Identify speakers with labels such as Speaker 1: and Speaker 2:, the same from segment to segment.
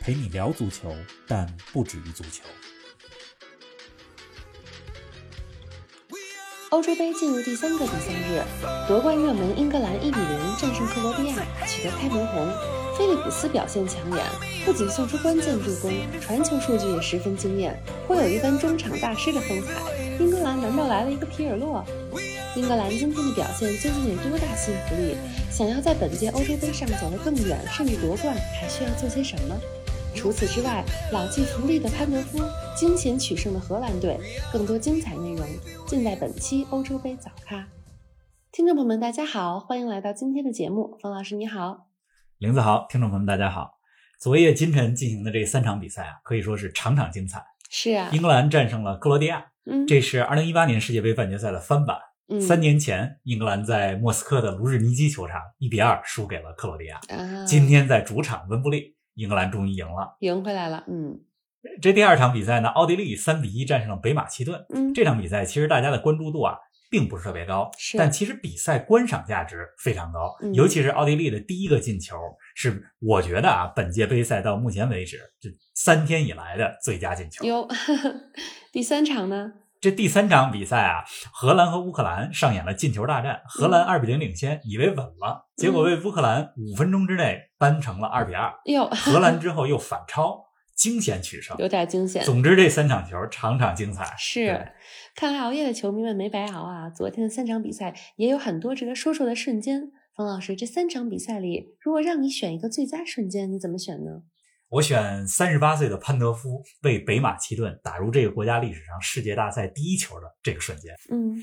Speaker 1: 陪你聊足球，但不止于足球。
Speaker 2: 欧洲杯进入第三个比赛日，夺冠热门英格兰一比零战胜克罗地亚，取得开门红。菲利普斯表现抢眼，不仅送出关键助攻，传球数据也十分惊艳，颇有一番中场大师的风采。英格兰难道来了一个皮尔洛？英格兰今天的表现究竟有多大信服力？想要在本届欧洲杯上走得更远，甚至夺冠，还需要做些什么？除此之外，老骥伏枥的潘德夫惊险取胜的荷兰队，更多精彩内容尽在本期欧洲杯早咖。听众朋友们，大家好，欢迎来到今天的节目。冯老师你好，
Speaker 1: 林子豪，听众朋友们，大家好。昨夜今晨进行的这三场比赛啊，可以说是场场精彩。
Speaker 2: 是啊，
Speaker 1: 英格兰战胜了克罗地亚，
Speaker 2: 嗯，
Speaker 1: 这是2018年世界杯半决赛的翻版。
Speaker 2: 嗯
Speaker 1: 三年前，英格兰在莫斯科的卢日尼基球场1比2输给了克罗地亚。
Speaker 2: 啊，
Speaker 1: 今天在主场温布利，英格兰终于赢了。
Speaker 2: 赢回来了，嗯
Speaker 1: 这第二场比赛呢，奥地利3比1战胜了北马其顿。
Speaker 2: 嗯，
Speaker 1: 这场比赛其实大家的关注度啊，并不是特别高，
Speaker 2: 是
Speaker 1: 但其实比赛观赏价值非常高，
Speaker 2: 嗯
Speaker 1: 尤其是奥地利的第一个进球，是我觉得啊，本届杯赛到目前为止这三天以来的最佳进球。
Speaker 2: 嗯哟， 第三场呢？
Speaker 1: 这第三场比赛啊，荷兰和乌克兰上演了进球大战，荷
Speaker 2: 嗯
Speaker 1: 兰二比零领先，以为稳了，结果被乌克兰五分钟之内扳成了二比二，
Speaker 2: 哟，
Speaker 1: 荷兰之后又反超，惊险取胜。
Speaker 2: 有点惊险。
Speaker 1: 总之，这三场球场场精彩。对
Speaker 2: 是，看来熬夜的球迷们没白熬啊！昨天的三场比赛也有很多值得说说的瞬间。冯老师，这三场比赛里，如果让你选一个最佳瞬间，你怎么选呢？
Speaker 1: 我选三十八岁的潘德夫为北马其顿打入这个国家历史上世界大赛第一球的这个瞬间，
Speaker 2: 嗯，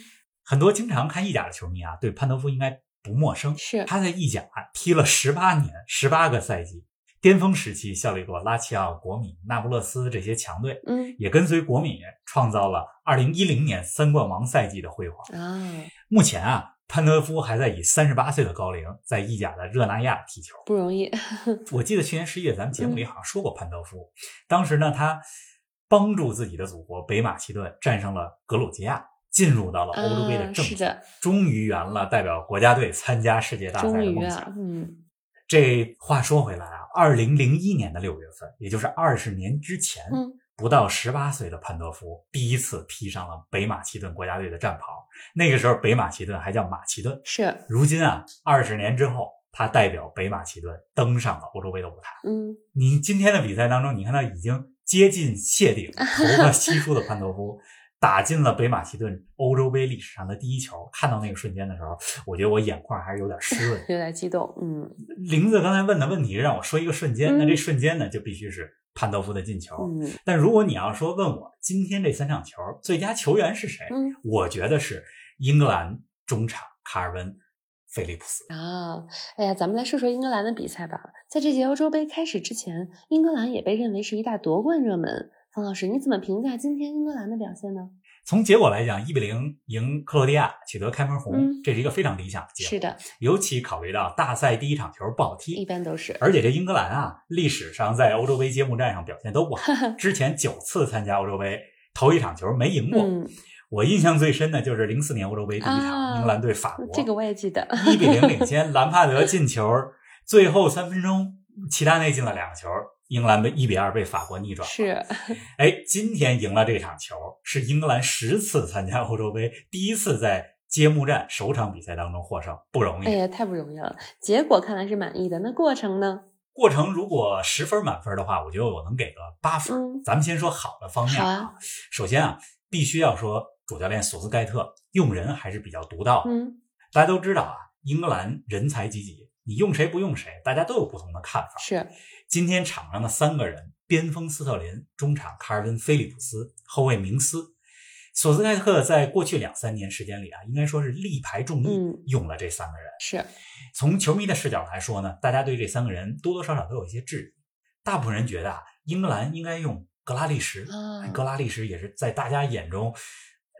Speaker 1: 很多经常看意甲的球迷啊，对潘德夫应该不陌生。
Speaker 2: 是
Speaker 1: 他在意甲踢了十八年，十八个赛季，巅峰时期效力过拉齐奥、国米、那不勒斯这些强队，
Speaker 2: 嗯
Speaker 1: 也跟随国米创造了二零一零年三冠王赛季的辉煌。
Speaker 2: 啊，
Speaker 1: 目前啊，潘德夫还在以三十八岁的高龄在意甲的热那亚踢球。
Speaker 2: 不容易。
Speaker 1: 我记得去年十一月咱们节
Speaker 2: 嗯
Speaker 1: 目里好像说过潘德夫，当时呢他帮助自己的祖国北马其顿战胜了格鲁吉亚，进入到了欧洲杯的正
Speaker 2: 啊是
Speaker 1: 赛，
Speaker 2: 的
Speaker 1: 终于圆了代表国家队参加世界大赛
Speaker 2: 终
Speaker 1: 的
Speaker 2: 于
Speaker 1: 梦想。
Speaker 2: 啊，嗯，
Speaker 1: 这话说回来啊，二零零一年的六月份，也就是二十年之前，
Speaker 2: 嗯
Speaker 1: 不到十八岁的潘德夫第一次披上了北马其顿国家队的战袍。那个时候，北马其顿还叫马其顿。
Speaker 2: 是，
Speaker 1: 如今啊，二十年之后，他代表北马其顿登上了欧洲杯的舞台。
Speaker 2: 嗯，
Speaker 1: 你今天的比赛当中，你看到已经接近谢 顶、头发稀疏的潘德夫打进了北马其顿欧洲杯历史上的第一球。看到那个瞬间的时候，我觉得我眼眶还是有点湿润
Speaker 2: 。有点激动，嗯
Speaker 1: 林子刚才问的问题让我说一个瞬间，
Speaker 2: 嗯
Speaker 1: 那这瞬间呢，就必须是潘德夫的进球。
Speaker 2: 嗯
Speaker 1: 但如果你要说问我今天这三场球最佳球员是谁，
Speaker 2: 嗯
Speaker 1: 我觉得是英格兰中场卡尔文·菲利普斯。
Speaker 2: 啊，哎呀，咱们来说说英格兰的比赛吧。在这届欧洲杯开始之前，英格兰也被认为是一大夺冠热门。冯老师，你怎么评价今天英格兰的表现呢？
Speaker 1: 从结果来讲，一比零赢克罗地亚，取得开门红，
Speaker 2: 嗯
Speaker 1: 这是一个非常理想的结果。
Speaker 2: 是的，
Speaker 1: 尤其考虑到大赛第一场球不好
Speaker 2: 一
Speaker 1: 踢，
Speaker 2: 般都是，
Speaker 1: 而且这英格兰啊，历史上在欧洲杯揭幕战上表现都不 好，之前九次参加欧洲杯，头一场球没赢过。
Speaker 2: 嗯，
Speaker 1: 我印象最深的就是零四年欧洲杯第一场，
Speaker 2: 啊
Speaker 1: 英格兰对法国，
Speaker 2: 这个我也 记得。
Speaker 1: 一比零领先，兰帕德进球，最后三分钟，齐达内进了两个球，英格兰被一比二被法国逆转。
Speaker 2: 是，
Speaker 1: 哎，今天赢了这场球，是英格兰十次参加欧洲杯第一次在揭幕战首场比赛当中获胜，不容易。
Speaker 2: 哎呀，太不容易了。结果看来是满意的，那过程呢？
Speaker 1: 过程如果十分满分的话，我觉得我能给个八分。
Speaker 2: 嗯
Speaker 1: 咱们先说好的方面
Speaker 2: 好啊
Speaker 1: 首先啊，必须要说主教练索斯盖特用人还是比较独到的。
Speaker 2: 嗯，
Speaker 1: 大家都知道啊，英格兰人才济济，你用谁不用谁，大家都有不同的看法。
Speaker 2: 是，
Speaker 1: 今天场上的三个人，边锋斯特林、中场卡尔文·菲利普斯、后卫明斯。索斯盖特在过去两三年时间里啊，应该说是力排众议，
Speaker 2: 嗯
Speaker 1: 用了这三个人。
Speaker 2: 是，
Speaker 1: 从球迷的视角来说呢，大家对这三个人多多少少都有一些质疑。大部分人觉得啊，英格兰应该用格拉利什。哎
Speaker 2: 啊，
Speaker 1: 格拉利什也是在大家眼中，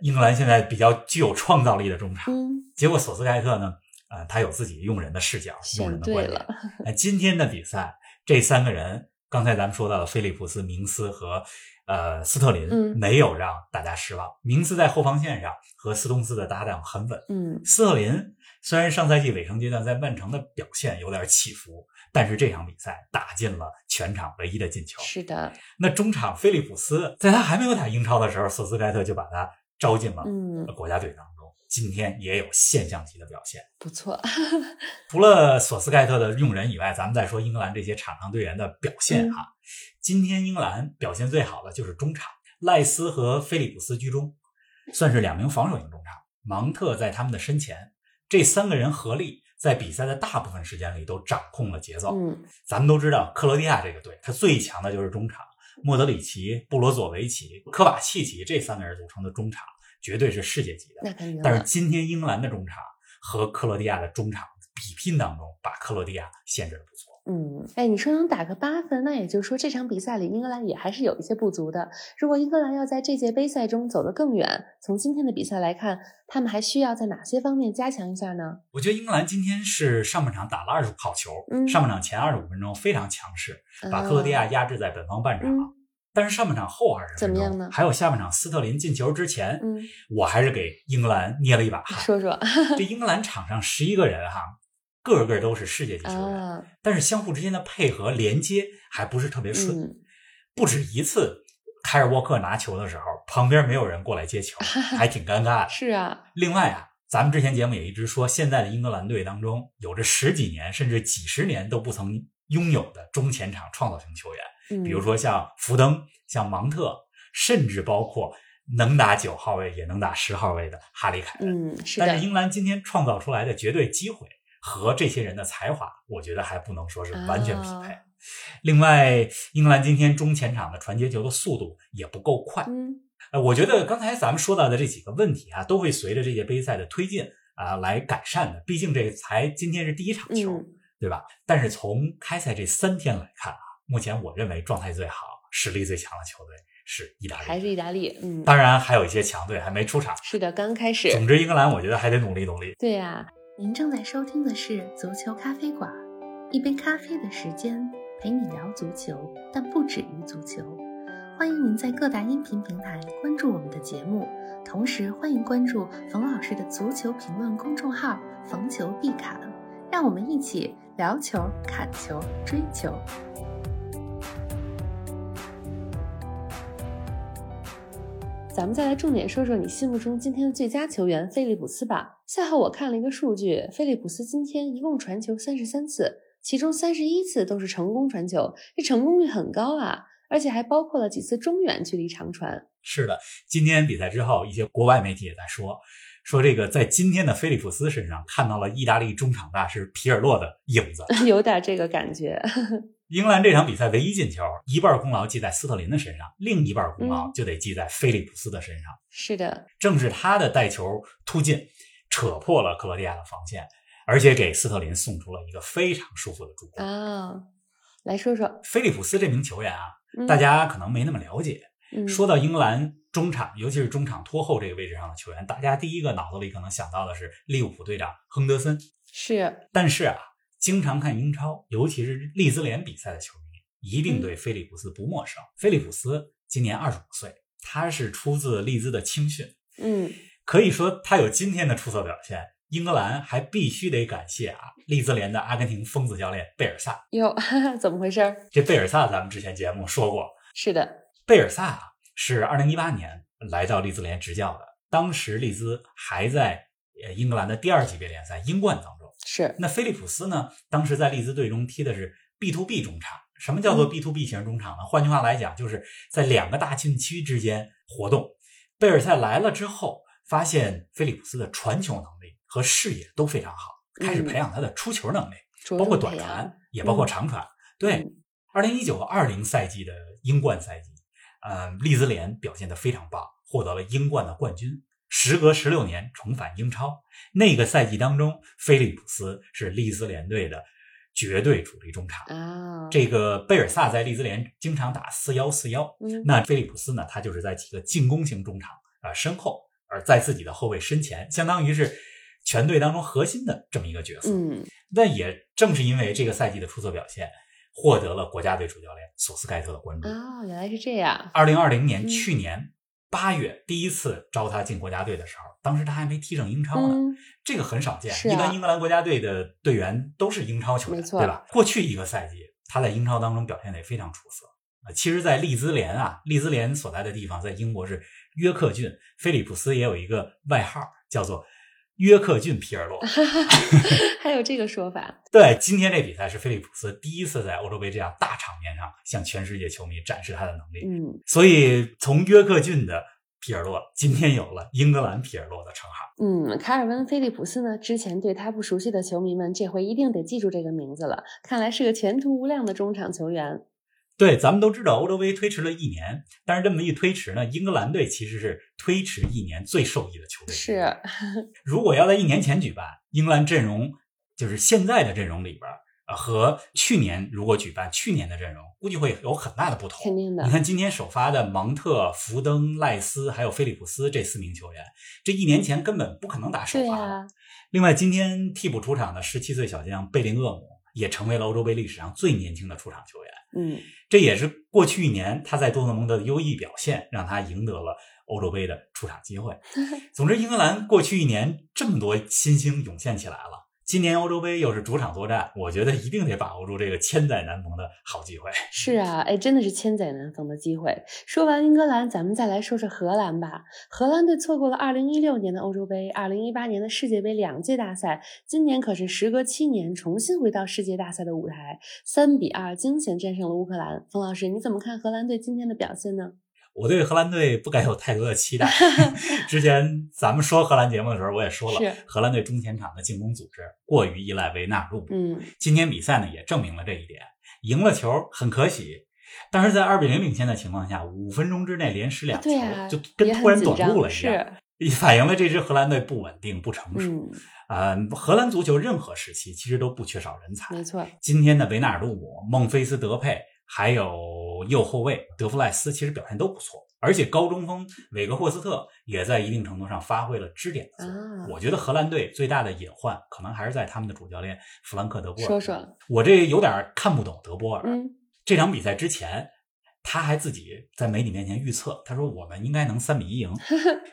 Speaker 1: 英格兰现在比较具有创造力的中场。
Speaker 2: 嗯，
Speaker 1: 结果索斯盖特呢，呃，他有自己用人的视角，用人
Speaker 2: 选
Speaker 1: 的
Speaker 2: 对
Speaker 1: 观点
Speaker 2: 了。，
Speaker 1: 那今天的比赛，这三个人，刚才咱们说到的菲利普斯、明斯和呃斯特林，
Speaker 2: 嗯
Speaker 1: 没有让大家失望。明斯在后防线上和斯通斯的搭档很稳。
Speaker 2: 嗯
Speaker 1: 斯特林虽然上赛季尾声阶段在曼城的表现有点起伏，但是这场比赛打进了全场唯一的进球。
Speaker 2: 是的，
Speaker 1: 那中场菲利普斯在他还没有打英超的时候，索斯盖特就把他招进了
Speaker 2: 嗯，
Speaker 1: 国家队当中。今天也有现象级的表现。
Speaker 2: 不错，
Speaker 1: 嗯除了索斯盖特的用人以外，咱们再说英格兰这些场上队员的表现啊。今天英格兰表现最好的就是中场，赖斯和菲利普斯居中，算是两名防守型中场。芒特在他们的身前，这三个人合力在比赛的大部分时间里都掌控了节奏。
Speaker 2: 嗯
Speaker 1: 咱们都知道，克罗地亚这个队，他最强的就是中场，莫德里奇、布罗佐维奇、科瓦契奇这三个人组成的中场，绝对是世界级的。
Speaker 2: 那肯定
Speaker 1: 但是
Speaker 2: 了，
Speaker 1: 今天英格兰的中场和克罗地亚的中场比拼当中，把克罗地亚限制的不错。
Speaker 2: 嗯，哎，你说能打个八分，那也就是说这场比赛里英格兰也还是有一些不足的。如果英格兰要在这届杯赛中走得更远，从今天的比赛来看，他们还需要在哪些方面加强一下呢？
Speaker 1: 我觉得英格兰今天是上半场打了二十好球，
Speaker 2: 嗯
Speaker 1: 上半场前二十五分钟非常强势，把克罗地
Speaker 2: 啊
Speaker 1: 亚压制在本方半场。
Speaker 2: 嗯
Speaker 1: 但是上半场后二十
Speaker 2: 怎
Speaker 1: 分钟，
Speaker 2: 么样呢
Speaker 1: 还有下半场斯特林进球之前，
Speaker 2: 嗯，
Speaker 1: 我还是给英格兰捏了一 把汗。
Speaker 2: 说说
Speaker 1: 这英格兰场上十一个人哈、个个都是世界级球员，
Speaker 2: 啊，
Speaker 1: 但是相互之间的配合连接还不是特别顺。
Speaker 2: 嗯
Speaker 1: 不止一次，凯尔沃克拿球的时候，旁边没有人过来接球，还挺尴尬的。
Speaker 2: 是啊，
Speaker 1: 另外啊，咱们之前节目也一直说，现在的英格兰队当中有着十几年甚至几十年都不曾拥有的中前场创造型球员，
Speaker 2: 嗯，
Speaker 1: 比如说像福登、像芒特，甚至包括能打九号位也能打十号位的哈里凯恩。
Speaker 2: 嗯，是
Speaker 1: 但
Speaker 2: 的
Speaker 1: 是。英格兰今天创造出来的绝对机会和这些人的才华，我觉得还不能说是完全匹配。
Speaker 2: 啊
Speaker 1: 另外，英格兰今天中前场的传接球的速度也不够快。
Speaker 2: 嗯
Speaker 1: 呃，我觉得刚才咱们说到的这几个问题啊，都会随着这届杯赛的推进啊、来改善的。毕竟这才今天是第一场球，
Speaker 2: 嗯，
Speaker 1: 对吧？但是从开赛这三天来看啊，目前我认为状态最好、实力最强的球队是意大
Speaker 2: 还
Speaker 1: 利。
Speaker 2: 是意大利，嗯，
Speaker 1: 当然，还有一些强队还没出场。
Speaker 2: 是的，刚开始，
Speaker 1: 总之，英格兰我觉得还得努力努力。
Speaker 2: 对呀、
Speaker 3: 您正在收听的是《足球咖啡馆》，一杯咖啡的时间陪你聊足球，但不止于足球。欢迎您在各大音频平台关注我们的节目，同时欢迎关注冯老师的足球评论公众号“冯球必侃”，让我们一起聊球、砍球、追球。
Speaker 2: 咱们再来重点说说你心目中今天的最佳球员菲利普斯吧。赛后我看了一个数据，菲利普斯今天一共传球三十三次，其中三十一次都是成功传球，这成功率很高啊，而且还包括了几次中远距离长传。
Speaker 1: 是的，今天比赛之后，一些国外媒体也在说，说这个在今天的菲利普斯身上看到了意大利中场大师皮尔洛的影子。
Speaker 2: 有点这个感觉，
Speaker 1: 英格兰这场比赛唯一进球，一半功劳记在斯特林的身上，另一半功劳就得记在菲利普斯的身上。
Speaker 2: 是的，
Speaker 1: 正是他的带球突进，扯破了克罗地亚的防线，而且给斯特林送出了一个非常舒服的助攻。
Speaker 2: 啊，来说说，
Speaker 1: 菲利普斯这名球员啊，
Speaker 2: 嗯、
Speaker 1: 大家可能没那么了解，
Speaker 2: 嗯
Speaker 1: 说到英格兰中场，尤其是中场拖后这个位置上的球员，大家第一个脑子里可能想到的是利物浦队长亨德森。
Speaker 2: 是
Speaker 1: 但是啊，经常看英超，尤其是利兹联比赛的球迷，一定对菲利普斯不陌生。菲利普斯今年二十五岁，他是出自利兹的青训，
Speaker 2: 嗯，
Speaker 1: 可以说他有今天的出色表现。英格兰还必须得感谢啊，利兹联的阿根廷疯子教练贝尔萨。
Speaker 2: 哟， 怎么回事儿？
Speaker 1: 这贝尔萨咱们之前节目说过，
Speaker 2: 是的，
Speaker 1: 贝尔萨啊是二零一八年来到利兹联执教的，当时利兹还在呃英格兰的第二级别联赛英冠当中。
Speaker 2: 是
Speaker 1: 那菲利普斯呢，当时在利兹队中踢的是 B to B 中场。什么叫做 B to B 型中场呢？换句话来讲，就是在两个大禁区之间活动。贝尔赛来了之后，发现菲利普斯的传球能力和视野都非常好，开始培养他的出球能力。
Speaker 2: 着
Speaker 1: 包括
Speaker 2: 重
Speaker 1: 短
Speaker 2: 培啊养
Speaker 1: 传，也包括
Speaker 2: 嗯
Speaker 1: 长传。对，二零一九二零赛季的英冠赛季，呃，利兹联表现得非常棒，获得了英冠的冠军。时隔十六年重返英超，那个赛季当中，菲利普斯是利兹联队的绝对主力中场。
Speaker 2: 啊，
Speaker 1: 这个贝尔萨在利兹联经常打四幺四幺，
Speaker 2: 嗯
Speaker 1: 那菲利普斯呢，他就是在几个进攻型中场啊、呃身后，而在自己的后卫身前，相当于是全队当中核心的这么一个角色。
Speaker 2: 嗯
Speaker 1: 那也正是因为这个赛季的出色表现，获得了国家队主教练索斯盖特的关注。
Speaker 2: 啊，原来是这样，
Speaker 1: 二零二零年
Speaker 2: 嗯
Speaker 1: 去年八月第一次招他进国家队的时候，当时他还没踢上英超呢，
Speaker 2: 嗯
Speaker 1: 这个很少见。
Speaker 2: 是啊
Speaker 1: 一般英格兰国家队的队员都是英超球员，
Speaker 2: 没错
Speaker 1: 对吧？过去一个赛季，他在英超当中表现得也非常出色。呃其实，在利兹联啊，利兹联所在的地方在英国是约克郡，菲利普斯也有一个外号叫做约克郡皮尔 洛。
Speaker 2: 还有这个说法，
Speaker 1: 对，今天这比赛是菲利普斯第一次在欧洲杯这样大场面上向全世界球迷展示他的能力。
Speaker 2: 嗯
Speaker 1: 所以，从约克郡的皮尔洛，今天有了英格兰皮尔洛的称号。
Speaker 2: 嗯，卡尔温·菲利普斯呢，之前对他不熟悉的球迷们，这回一定得记住这个名字了，看来是个前途无量的中场球员，
Speaker 1: 对，咱们都知道欧洲杯推迟了一年，但是这么一推迟呢，英格兰队其实是推迟一年最受益的球队。
Speaker 2: 是，啊
Speaker 1: 如果要在一年前举办，英格兰阵容就是现在的阵容里边儿，呃，和去年如果举办去年的阵容，估计会有很大的不同。
Speaker 2: 肯 定的
Speaker 1: 你，看今天首发的芒特、福登、赖斯还有菲利普斯这四名球员，这一年前根本不可能打首
Speaker 2: 对啊
Speaker 1: 发的。
Speaker 2: 呀，
Speaker 1: 另外，今天替补出场的十七岁小将贝林厄姆也成为了欧洲杯历史上最年轻的出场球员。
Speaker 2: 嗯
Speaker 1: 这也是过去一年他在多特蒙德的优异表现，让他赢得了欧洲杯的出场机 会。总之，英格兰过去一年这么多新星涌现起来了，今年欧洲杯又是主场作战，我觉得一定得把握住这个千载难逢的好机会。
Speaker 2: 是啊，哎，真的是千载难逢的机会。说完英格兰，咱们再来说说荷兰吧。荷兰队错过了2016年的欧洲杯、2018年的世界杯两届大赛，今年可是时隔七年重新回到世界大赛的舞台，三比二惊险战胜了乌克兰。冯老师，你怎么看荷兰队今天的表现呢？
Speaker 1: 我对荷兰队不敢有太多的期 待。之前咱们说荷兰节目的时候，我也说了
Speaker 2: 是，
Speaker 1: 荷兰队中前场的进攻组织过于依赖维纳尔杜姆。
Speaker 2: 嗯，
Speaker 1: 今天比赛呢也证明了这一点，赢了球很可喜，但是在二比零领先的情况下，五分钟之内连失两球，
Speaker 2: 对啊，
Speaker 1: 就跟
Speaker 2: 也
Speaker 1: 突然
Speaker 2: 很紧
Speaker 1: 短路
Speaker 2: 张
Speaker 1: 了一样，
Speaker 2: 是，
Speaker 1: 也反映了这支荷兰队不稳定、不成熟。
Speaker 2: 嗯，
Speaker 1: 啊、荷兰足球任何时期其实都不缺少人才，
Speaker 2: 没错，
Speaker 1: 今天的维纳尔杜姆、孟菲斯·德佩，还有右后卫德弗赖斯，其实表现都不错。而且高中锋韦格霍斯特也在一定程度上发挥了支点的作用。
Speaker 2: 啊
Speaker 1: 我觉得荷兰队最大的隐患，可能还是在他们的主教练弗兰克·德波尔。
Speaker 2: 说说，
Speaker 1: 我这有点看不懂德波尔。
Speaker 2: 嗯，
Speaker 1: 这场比赛之前，他还自己在媒体面前预测，他说我们应该能三比一 赢。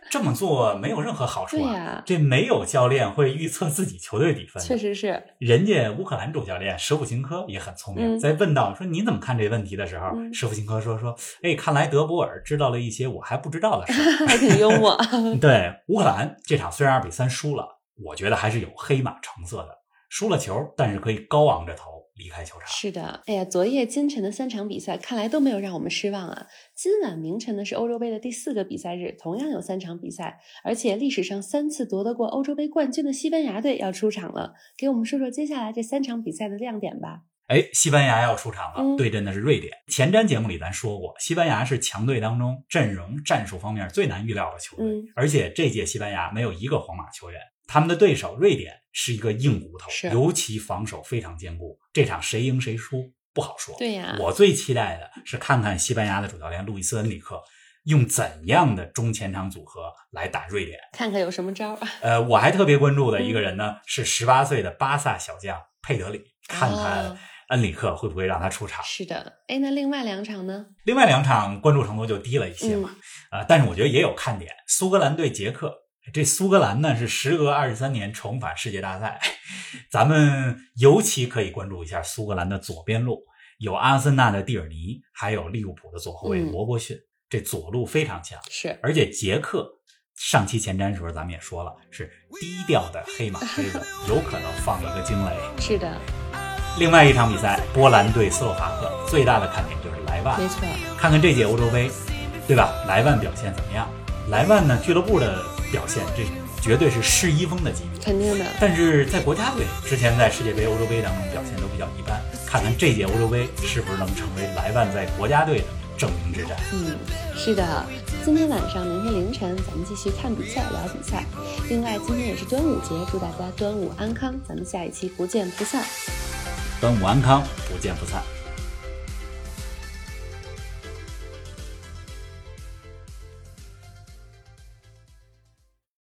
Speaker 1: 这么做没有任何好
Speaker 2: 对
Speaker 1: 处啊！
Speaker 2: 呀、
Speaker 1: 这没有教练会预测自己球队比分的，
Speaker 2: 确实是，
Speaker 1: 人家乌克兰主教练舍甫琴科也很聪明，
Speaker 2: 嗯
Speaker 1: 在问到说你怎么看这问题的时候，
Speaker 2: 嗯
Speaker 1: 舍甫琴科说说，哎，看来德博尔知道了一些我还不知道的事 儿。
Speaker 2: 还挺幽默，
Speaker 1: 对乌克兰这场虽然二比三输了，我觉得还是有黑马成色的，输了球，但是可以高昂着头离开球场。
Speaker 2: 是的，哎呀，昨夜今晨的三场比赛看来都没有让我们失望啊。今晚明晨呢是欧洲杯的第四个比赛日，同样有三场比赛，而且历史上三次夺得过欧洲杯冠军的西班牙队要出场了。给我们说说接下来这三场比赛的亮点吧。
Speaker 1: 哎，西班牙要出场了，
Speaker 2: 嗯
Speaker 1: 对阵的是瑞典。前瞻节目里咱说过，西班牙是强队当中阵容、战术方面最难预料的球队，
Speaker 2: 嗯
Speaker 1: 而且这届西班牙没有一个皇马球员。他们的对手瑞典是一个硬骨头
Speaker 2: 是，
Speaker 1: 尤其防守非常坚固。这场谁赢谁输不好说。
Speaker 2: 对呀
Speaker 1: 我最期待的是看看西班牙的主教练路易斯·恩里克用怎样的中前场组合来打瑞典。
Speaker 2: 看看有什么招儿。啊
Speaker 1: 呃，我还特别关注的一个人呢，是十八岁的巴萨小将佩德里，看看
Speaker 2: 啊
Speaker 1: 恩里克会不会让他出场。
Speaker 2: 是的，哎，那另外两场呢？
Speaker 1: 另外两场关注程度就低了一些
Speaker 2: 嗯
Speaker 1: 嘛，啊、但是我觉得也有看点。苏格兰对捷克，这苏格兰呢是时隔二十三年重返世界大赛， 咱们尤其可以关注一下苏格兰的左边路，有阿森纳的蒂尔尼，还有利物浦的左后卫
Speaker 2: 嗯
Speaker 1: 罗伯逊，这左路非常强。
Speaker 2: 是
Speaker 1: 而且捷克上期前瞻的时候咱们也说了，是低调的黑马黑子，有可能放一个惊雷。
Speaker 2: 是的，
Speaker 1: 另外一场比赛，波兰对斯洛伐克，最大的看点就是莱万
Speaker 2: 没，错，
Speaker 1: 看看这届欧洲杯，对吧？莱万表现怎么样？莱万呢，俱乐部的表现这绝对是世一峰的级别。
Speaker 2: 肯定的。
Speaker 1: 但是在国家队之前在世界杯、欧洲杯当中表现都比较一般，看看这届欧洲杯是不是能成为莱万在国家队的证明之战。
Speaker 2: 嗯，是的，今天晚上、明天凌晨咱们继续看比赛、聊比赛。另外，今天也是端午节，祝大家端午安康，咱们下一期不见不散。
Speaker 1: 端午安康，不见不散。